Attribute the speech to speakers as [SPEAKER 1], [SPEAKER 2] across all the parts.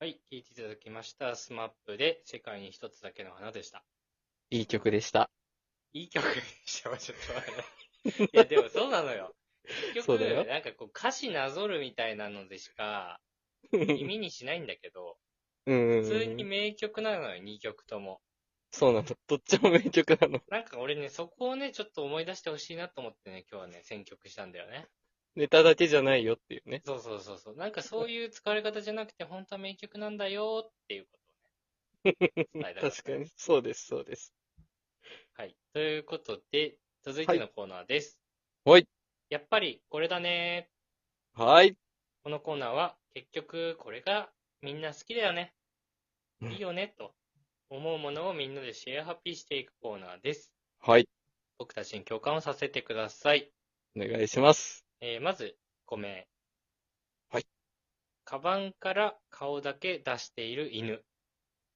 [SPEAKER 1] はい、聴いていただきました。スマップで世界に一つだけの花でした。
[SPEAKER 2] いい曲でした。
[SPEAKER 1] いい曲にしてはちょっとわからないいや、でもそうなのよ。結
[SPEAKER 2] そう
[SPEAKER 1] 局、
[SPEAKER 2] だよ
[SPEAKER 1] なんかこう歌詞なぞるみたいなのでしか
[SPEAKER 2] うん
[SPEAKER 1] 耳にしないんだけど、
[SPEAKER 2] うん。
[SPEAKER 1] 普通に名曲なのよ、2曲とも。
[SPEAKER 2] そうなの。どっちも名曲なの。
[SPEAKER 1] なんか俺ね、そこをね、ちょっと思い出してほしいなと思ってね、今日はね、選曲したんだよね。
[SPEAKER 2] ネタだけじゃないよっていうね。
[SPEAKER 1] そうそうそうそう。なんかそういう使われ方じゃなくて、本当は名曲なんだよっていう ことをね。伝えたかった
[SPEAKER 2] 確かに。そうです、そうです。
[SPEAKER 1] はい。ということで、続いてのコーナーです。
[SPEAKER 2] はい。
[SPEAKER 1] やっぱりこれだね。
[SPEAKER 2] はい。
[SPEAKER 1] このコーナーは、結局これがみんな好きだよね。
[SPEAKER 2] うん
[SPEAKER 1] いいよね、と思うものをみんなでシェアハッピーしていくコーナーです。
[SPEAKER 2] はい。
[SPEAKER 1] 僕たちに共感をさせてください。
[SPEAKER 2] お願いします。
[SPEAKER 1] えーまず、5名。
[SPEAKER 2] はい。
[SPEAKER 1] カバンから顔だけ出している犬。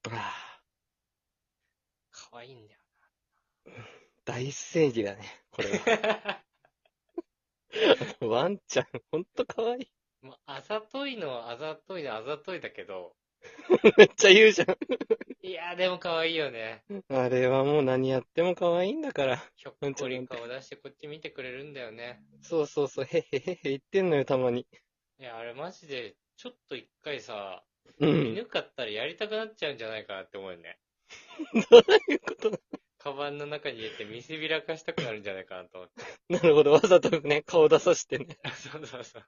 [SPEAKER 2] ああ、
[SPEAKER 1] かわいいん だよ
[SPEAKER 2] 大正義だね。これ は。
[SPEAKER 1] な。
[SPEAKER 2] ワンちゃん、ほんと可愛い。
[SPEAKER 1] もうあざといのはあざといのあざといだけど、
[SPEAKER 2] めっちゃ言うじゃん。
[SPEAKER 1] いやーでも可愛いよね。
[SPEAKER 2] あれはもう何やっても可愛いんだから。
[SPEAKER 1] ひょっこり顔出してこっち見てくれるんだよね。
[SPEAKER 2] そうそうそう、へっへっへっへ言ってんのよ、たまに。
[SPEAKER 1] いや、あれマジで、ちょっと一回さ、
[SPEAKER 2] うん。
[SPEAKER 1] 犬飼ったらやりたくなっちゃうんじゃないかなって思うよね。
[SPEAKER 2] どういうことだ
[SPEAKER 1] カバンの中に入れて見せびらかしたくなるんじゃないかなと思って。
[SPEAKER 2] なるほど、わざとね、顔出さしてね。
[SPEAKER 1] そうそう そう。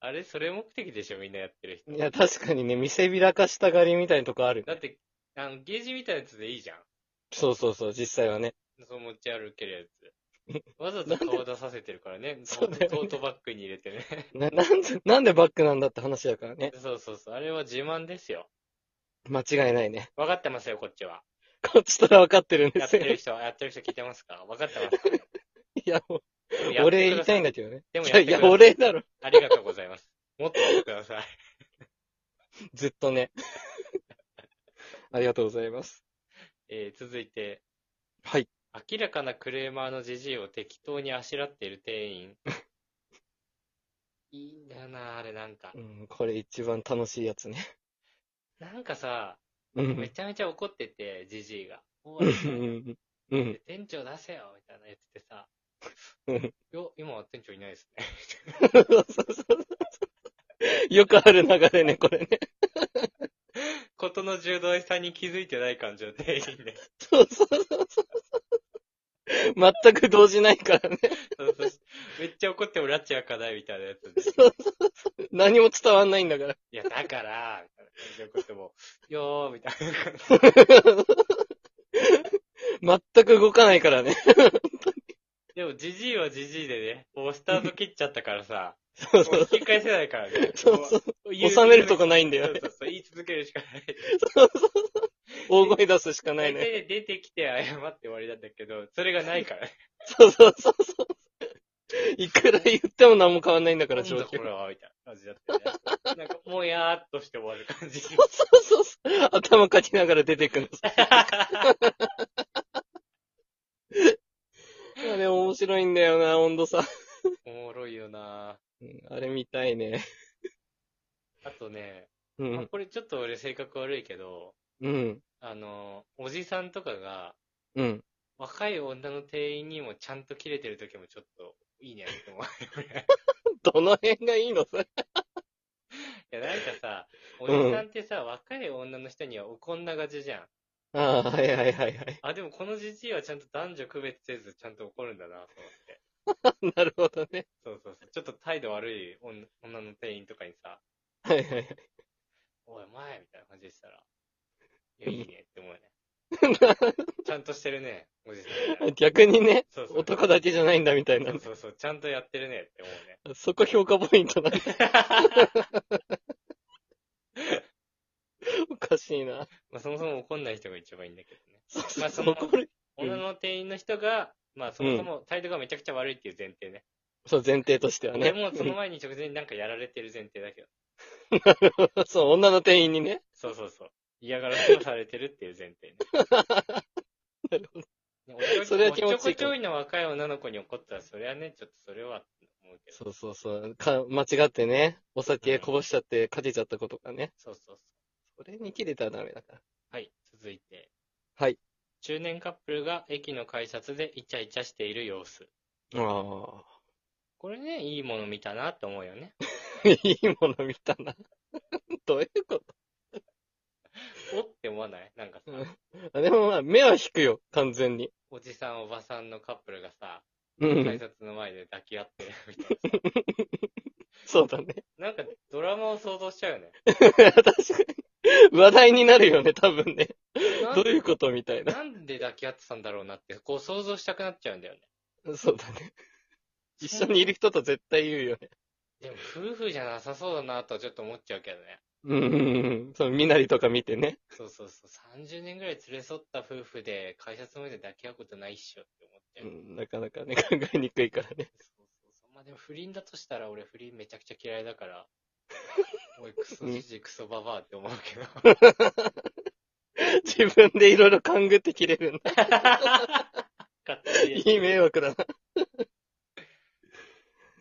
[SPEAKER 1] あれ、それ目的でしょ、みんなやってる人。
[SPEAKER 2] いや、確かにね、見せびらかしたがりみたいなとこある。
[SPEAKER 1] だって、あの、ゲージみたいなやつでいいじゃん。
[SPEAKER 2] そうそうそう、実際はね。
[SPEAKER 1] そう持ち歩ける やつ。わざと顔出させてるからね。
[SPEAKER 2] そうだよね
[SPEAKER 1] トートバッグに入れてね。
[SPEAKER 2] な、 なんで、なんでバックなんだって話だからね。
[SPEAKER 1] そうそうそう。あれは自慢ですよ。
[SPEAKER 2] 間違いないね。
[SPEAKER 1] 分かってますよ、こっちは。
[SPEAKER 2] こっちとら分かってるんで
[SPEAKER 1] やっ
[SPEAKER 2] す
[SPEAKER 1] て
[SPEAKER 2] よ。
[SPEAKER 1] る人は、やってる人聞いてますか分かってますかね
[SPEAKER 2] いや、も
[SPEAKER 1] でもや
[SPEAKER 2] う
[SPEAKER 1] って
[SPEAKER 2] 俺
[SPEAKER 1] くだ
[SPEAKER 2] 言い
[SPEAKER 1] さ
[SPEAKER 2] たいんだけどね。
[SPEAKER 1] でも
[SPEAKER 2] い
[SPEAKER 1] や
[SPEAKER 2] や、
[SPEAKER 1] って
[SPEAKER 2] い
[SPEAKER 1] くだ
[SPEAKER 2] や
[SPEAKER 1] さい。
[SPEAKER 2] 俺だろ。
[SPEAKER 1] ありがとうございます。もっとやってください。
[SPEAKER 2] ずっとね。 ありがとうございます。
[SPEAKER 1] えー続いて、
[SPEAKER 2] はい。
[SPEAKER 1] 明らかなクレーマーのジジイを適当にあしらっている店員。いいんだよな、あれなんか
[SPEAKER 2] う。ん、これ一番楽しいやつね。
[SPEAKER 1] なんかさ、
[SPEAKER 2] う
[SPEAKER 1] め
[SPEAKER 2] ん。
[SPEAKER 1] ちゃめちゃ怒ってて、ジジイが。お
[SPEAKER 2] う
[SPEAKER 1] い
[SPEAKER 2] ん。うん。
[SPEAKER 1] 店長出せよみたいな言っててさ
[SPEAKER 2] うん、
[SPEAKER 1] よ、今は店長いないですね。
[SPEAKER 2] そうそうそうそう。よくある流れね、これね。
[SPEAKER 1] ことの柔道さんに気づいてない感じの店員で。
[SPEAKER 2] そうそうそうそうそう。全く動じないからね。
[SPEAKER 1] そうそう めっちゃ怒っても拉致開かないみたいなやつで。
[SPEAKER 2] そうそうそう。何も伝わんないんだから。
[SPEAKER 1] いや、だから、みたいな感じで怒っても、よー、みたいな感じ。
[SPEAKER 2] 全く動かないからね。
[SPEAKER 1] でも、ジジイはジジイでね、もうスタート切っちゃったからさ、
[SPEAKER 2] そう
[SPEAKER 1] もう
[SPEAKER 2] そ
[SPEAKER 1] 引
[SPEAKER 2] う。
[SPEAKER 1] き返せないからね。
[SPEAKER 2] そうそう。
[SPEAKER 1] もう言う
[SPEAKER 2] 収めるとこないんだ
[SPEAKER 1] そう
[SPEAKER 2] よ
[SPEAKER 1] そ
[SPEAKER 2] ね。
[SPEAKER 1] うそう、言い続けるしかない。
[SPEAKER 2] 大声出すしかない
[SPEAKER 1] 大体
[SPEAKER 2] ね。
[SPEAKER 1] ね出てきて謝って終わりなんだけど、それがないからね。
[SPEAKER 2] そうそうそうそう。いくら言っても何も変わんないんだか
[SPEAKER 1] な
[SPEAKER 2] ら、
[SPEAKER 1] ん
[SPEAKER 2] 状
[SPEAKER 1] だこ
[SPEAKER 2] 況。
[SPEAKER 1] れは、みたいな感じだったよね。なんか、もやーっとして終わる感 じ。
[SPEAKER 2] そうそうそう。頭かきながら出てくるの さ。あれ面白いんだよな、温度差。
[SPEAKER 1] おもろいよな
[SPEAKER 2] うんあれ見たいね。
[SPEAKER 1] あとね、
[SPEAKER 2] う
[SPEAKER 1] まあ
[SPEAKER 2] ん。
[SPEAKER 1] これちょっと俺性格悪いけど、
[SPEAKER 2] うん。
[SPEAKER 1] あの、おじさんとかが、
[SPEAKER 2] うん。
[SPEAKER 1] 若い女の店員にもちゃんと切れてる時もちょっと、いいねって思う。
[SPEAKER 2] どの辺がいいのそれ。
[SPEAKER 1] いや、なんかさ、お
[SPEAKER 2] ん
[SPEAKER 1] じさんってさ、若い女の人には怒んながちじゃん。
[SPEAKER 2] ああ、はいはいはいはい。
[SPEAKER 1] あ、でもこのじじいはちゃんと男女区別せずちゃんと怒るんだなと思って。
[SPEAKER 2] なるほどね。
[SPEAKER 1] そうそうそう。ちょっと態度悪い女女の店員とかにさ、
[SPEAKER 2] はいはいはい。
[SPEAKER 1] おい、前みたいな感じでしたら、いや、いいねって思うね。 ちゃんとしてるね、おじさんみたいな。
[SPEAKER 2] 逆にね、
[SPEAKER 1] そうそう。
[SPEAKER 2] 男だけじゃないんだみたいな
[SPEAKER 1] そう。そうそう、ちゃんとやってるねって思うね。
[SPEAKER 2] そこ評価ポイントだ。 おかしいな。
[SPEAKER 1] まあそもそも怒んない人が一番いいんだけどね。
[SPEAKER 2] そう
[SPEAKER 1] ま
[SPEAKER 2] そ
[SPEAKER 1] あ
[SPEAKER 2] う
[SPEAKER 1] そ
[SPEAKER 2] そ
[SPEAKER 1] の
[SPEAKER 2] う。うん
[SPEAKER 1] 女の店員の人が、まあそもそも態度がめちゃくちゃ悪いっていう前提ね。
[SPEAKER 2] そう、前提としては
[SPEAKER 1] で
[SPEAKER 2] ね。
[SPEAKER 1] もその前に直前になんかやられてる前提 だけど。
[SPEAKER 2] そう、女の店員にね。
[SPEAKER 1] そうそうそう。嫌がらせをされてるっていう前提ね。
[SPEAKER 2] なるほ
[SPEAKER 1] ねおっちょこ
[SPEAKER 2] それは気持ちいい
[SPEAKER 1] おっちょこちょいの若い女の子に怒ったら、それはね、ちょっとそれは、も思うけど。
[SPEAKER 2] そうそうそう。か、間違ってね、お酒こぼしちゃってかけちゃったことがね。
[SPEAKER 1] そうそうそう。
[SPEAKER 2] それに切れたらダメだから。
[SPEAKER 1] はい、続いて。
[SPEAKER 2] はい。
[SPEAKER 1] 中年カップルが駅の改札でイチャイチャしている様子。
[SPEAKER 2] あ
[SPEAKER 1] これね、いいもの見たなって思うよね。
[SPEAKER 2] あ。いいもの見たな。 どういうこ
[SPEAKER 1] おって思わないなんかさ、
[SPEAKER 2] とあでもまあ、目は引くよ、完全に。
[SPEAKER 1] おじさんおばさんのカップルがさ、
[SPEAKER 2] う
[SPEAKER 1] 改
[SPEAKER 2] ん。
[SPEAKER 1] 札の前で抱き合ってる みたいなさ。
[SPEAKER 2] そうだね。
[SPEAKER 1] なんかドラマを想像しちゃうよね。
[SPEAKER 2] 確かに。話題になるよね、多分ね。
[SPEAKER 1] なん
[SPEAKER 2] どういうことみたいな。
[SPEAKER 1] なんで抱き合ってたんだろうなって、こう想像したくなっちゃうんだよね。
[SPEAKER 2] そうだね。一緒にいる人と絶対言うよね。
[SPEAKER 1] でも夫婦じゃなさそうだなとはちょっと思っちゃうけどね。
[SPEAKER 2] うんうんうん。その、身なりとか見てね。
[SPEAKER 1] そうそうそう。30年ぐらい連れ添った夫婦で改札の前で抱き合うことないっしょって思っちゃ
[SPEAKER 2] う
[SPEAKER 1] う。
[SPEAKER 2] ん、なかなかね、考えにくいからね。
[SPEAKER 1] そうそうそう。まあでも不倫だとしたら俺不倫めちゃくちゃ嫌いだ から、おいクソじじいクソババアって思う けど。
[SPEAKER 2] 自分でいろいろ勘ぐって切れるんだ。
[SPEAKER 1] 勝手に
[SPEAKER 2] いい迷惑だな。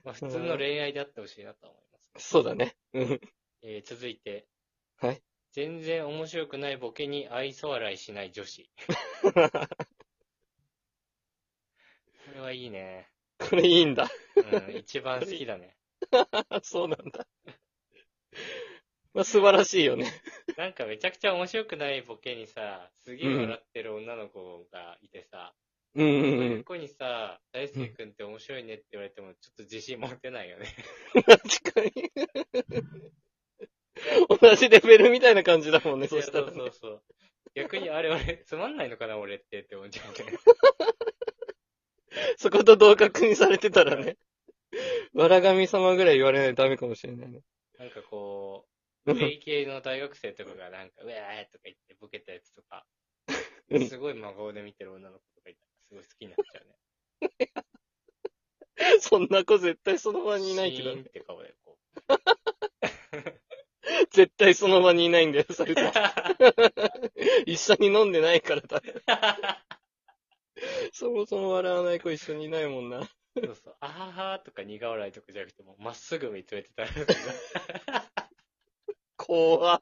[SPEAKER 1] まあ普通の恋愛であってほしいなとは思います。
[SPEAKER 2] そうだね。うん。
[SPEAKER 1] えー続いて。
[SPEAKER 2] はい。
[SPEAKER 1] 全然面白くないボケに愛想笑いしない女 子。これはいいね。
[SPEAKER 2] これいいんだ。
[SPEAKER 1] うん、一番好きだね。
[SPEAKER 2] そうなんだ。まあ、素晴らしいよね。
[SPEAKER 1] なんかめちゃくちゃ面白くないボケにさ、すげえ笑ってる女の子がいてさ、
[SPEAKER 2] うんう
[SPEAKER 1] そうん
[SPEAKER 2] う。
[SPEAKER 1] いうん子にさ、大輔くんって面白いねって言われても、ちょっと自信持てないよね。
[SPEAKER 2] 確かに。同じレベルみたいな感じだもんね、
[SPEAKER 1] い
[SPEAKER 2] そ
[SPEAKER 1] や
[SPEAKER 2] し
[SPEAKER 1] そ
[SPEAKER 2] たら
[SPEAKER 1] うそうそう。逆にあれ俺、つまんないのかな俺ってって思っちゃうけど。
[SPEAKER 2] そこと同格にされてたらね。 わら神様ぐらい言われないとダメかもしれないね。
[SPEAKER 1] なんかこ う、上系の大学生とかがなんか、うわーとか言ってボケたやつとか
[SPEAKER 2] うん、
[SPEAKER 1] すごい真顔で見てる女の子とかいたら、すごい好きになっちゃうね。
[SPEAKER 2] そんな子絶対その場にいないけ
[SPEAKER 1] シ
[SPEAKER 2] ど
[SPEAKER 1] ーン、って顔でこう。
[SPEAKER 2] 絶対その場にいないんだよ、それと。 一緒に飲んでないからだ。そもそも笑わない子一緒にいないもんな。
[SPEAKER 1] そうそう、あははとか苦笑いとかじゃなくて、もうまっすぐ見つめてたら、
[SPEAKER 2] 怖っ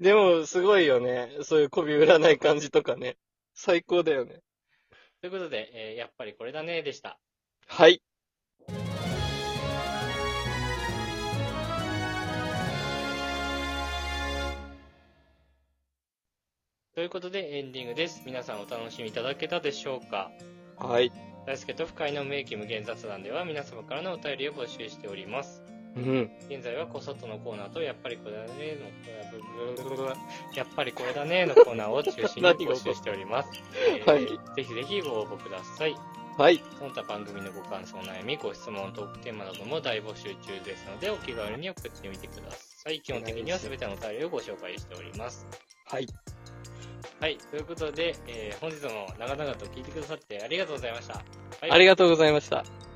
[SPEAKER 2] でも、すごいよね。そういう媚び売らない感じとかね。最高だよね。
[SPEAKER 1] ということで、えーやっぱりこれだねでした。
[SPEAKER 2] はい。
[SPEAKER 1] ということでエンディングです。皆さんお楽しみいただけたでしょうか
[SPEAKER 2] はい。
[SPEAKER 1] 大輔と深井の名機無限雑談では皆様からのお便りを募集しております。
[SPEAKER 2] うん。
[SPEAKER 1] 現在はこそっとのコーナーとやっぱりこれだねのコーナーブブブブブブ、やっぱりこれだねのコーナーを中心に募集しております。えー
[SPEAKER 2] はい
[SPEAKER 1] ぜひぜひご応募ください。
[SPEAKER 2] はい。
[SPEAKER 1] その他番組のご感想、お悩み、ご質問、トークテーマなども大募集中ですので、お気軽に送ってみてください。基本的には全てのお便りをご紹介しております。
[SPEAKER 2] はい。
[SPEAKER 1] はい、ということで、えー本日も長々と聞いてくださってありがとうございました。バイバイ
[SPEAKER 2] ありがとうございました。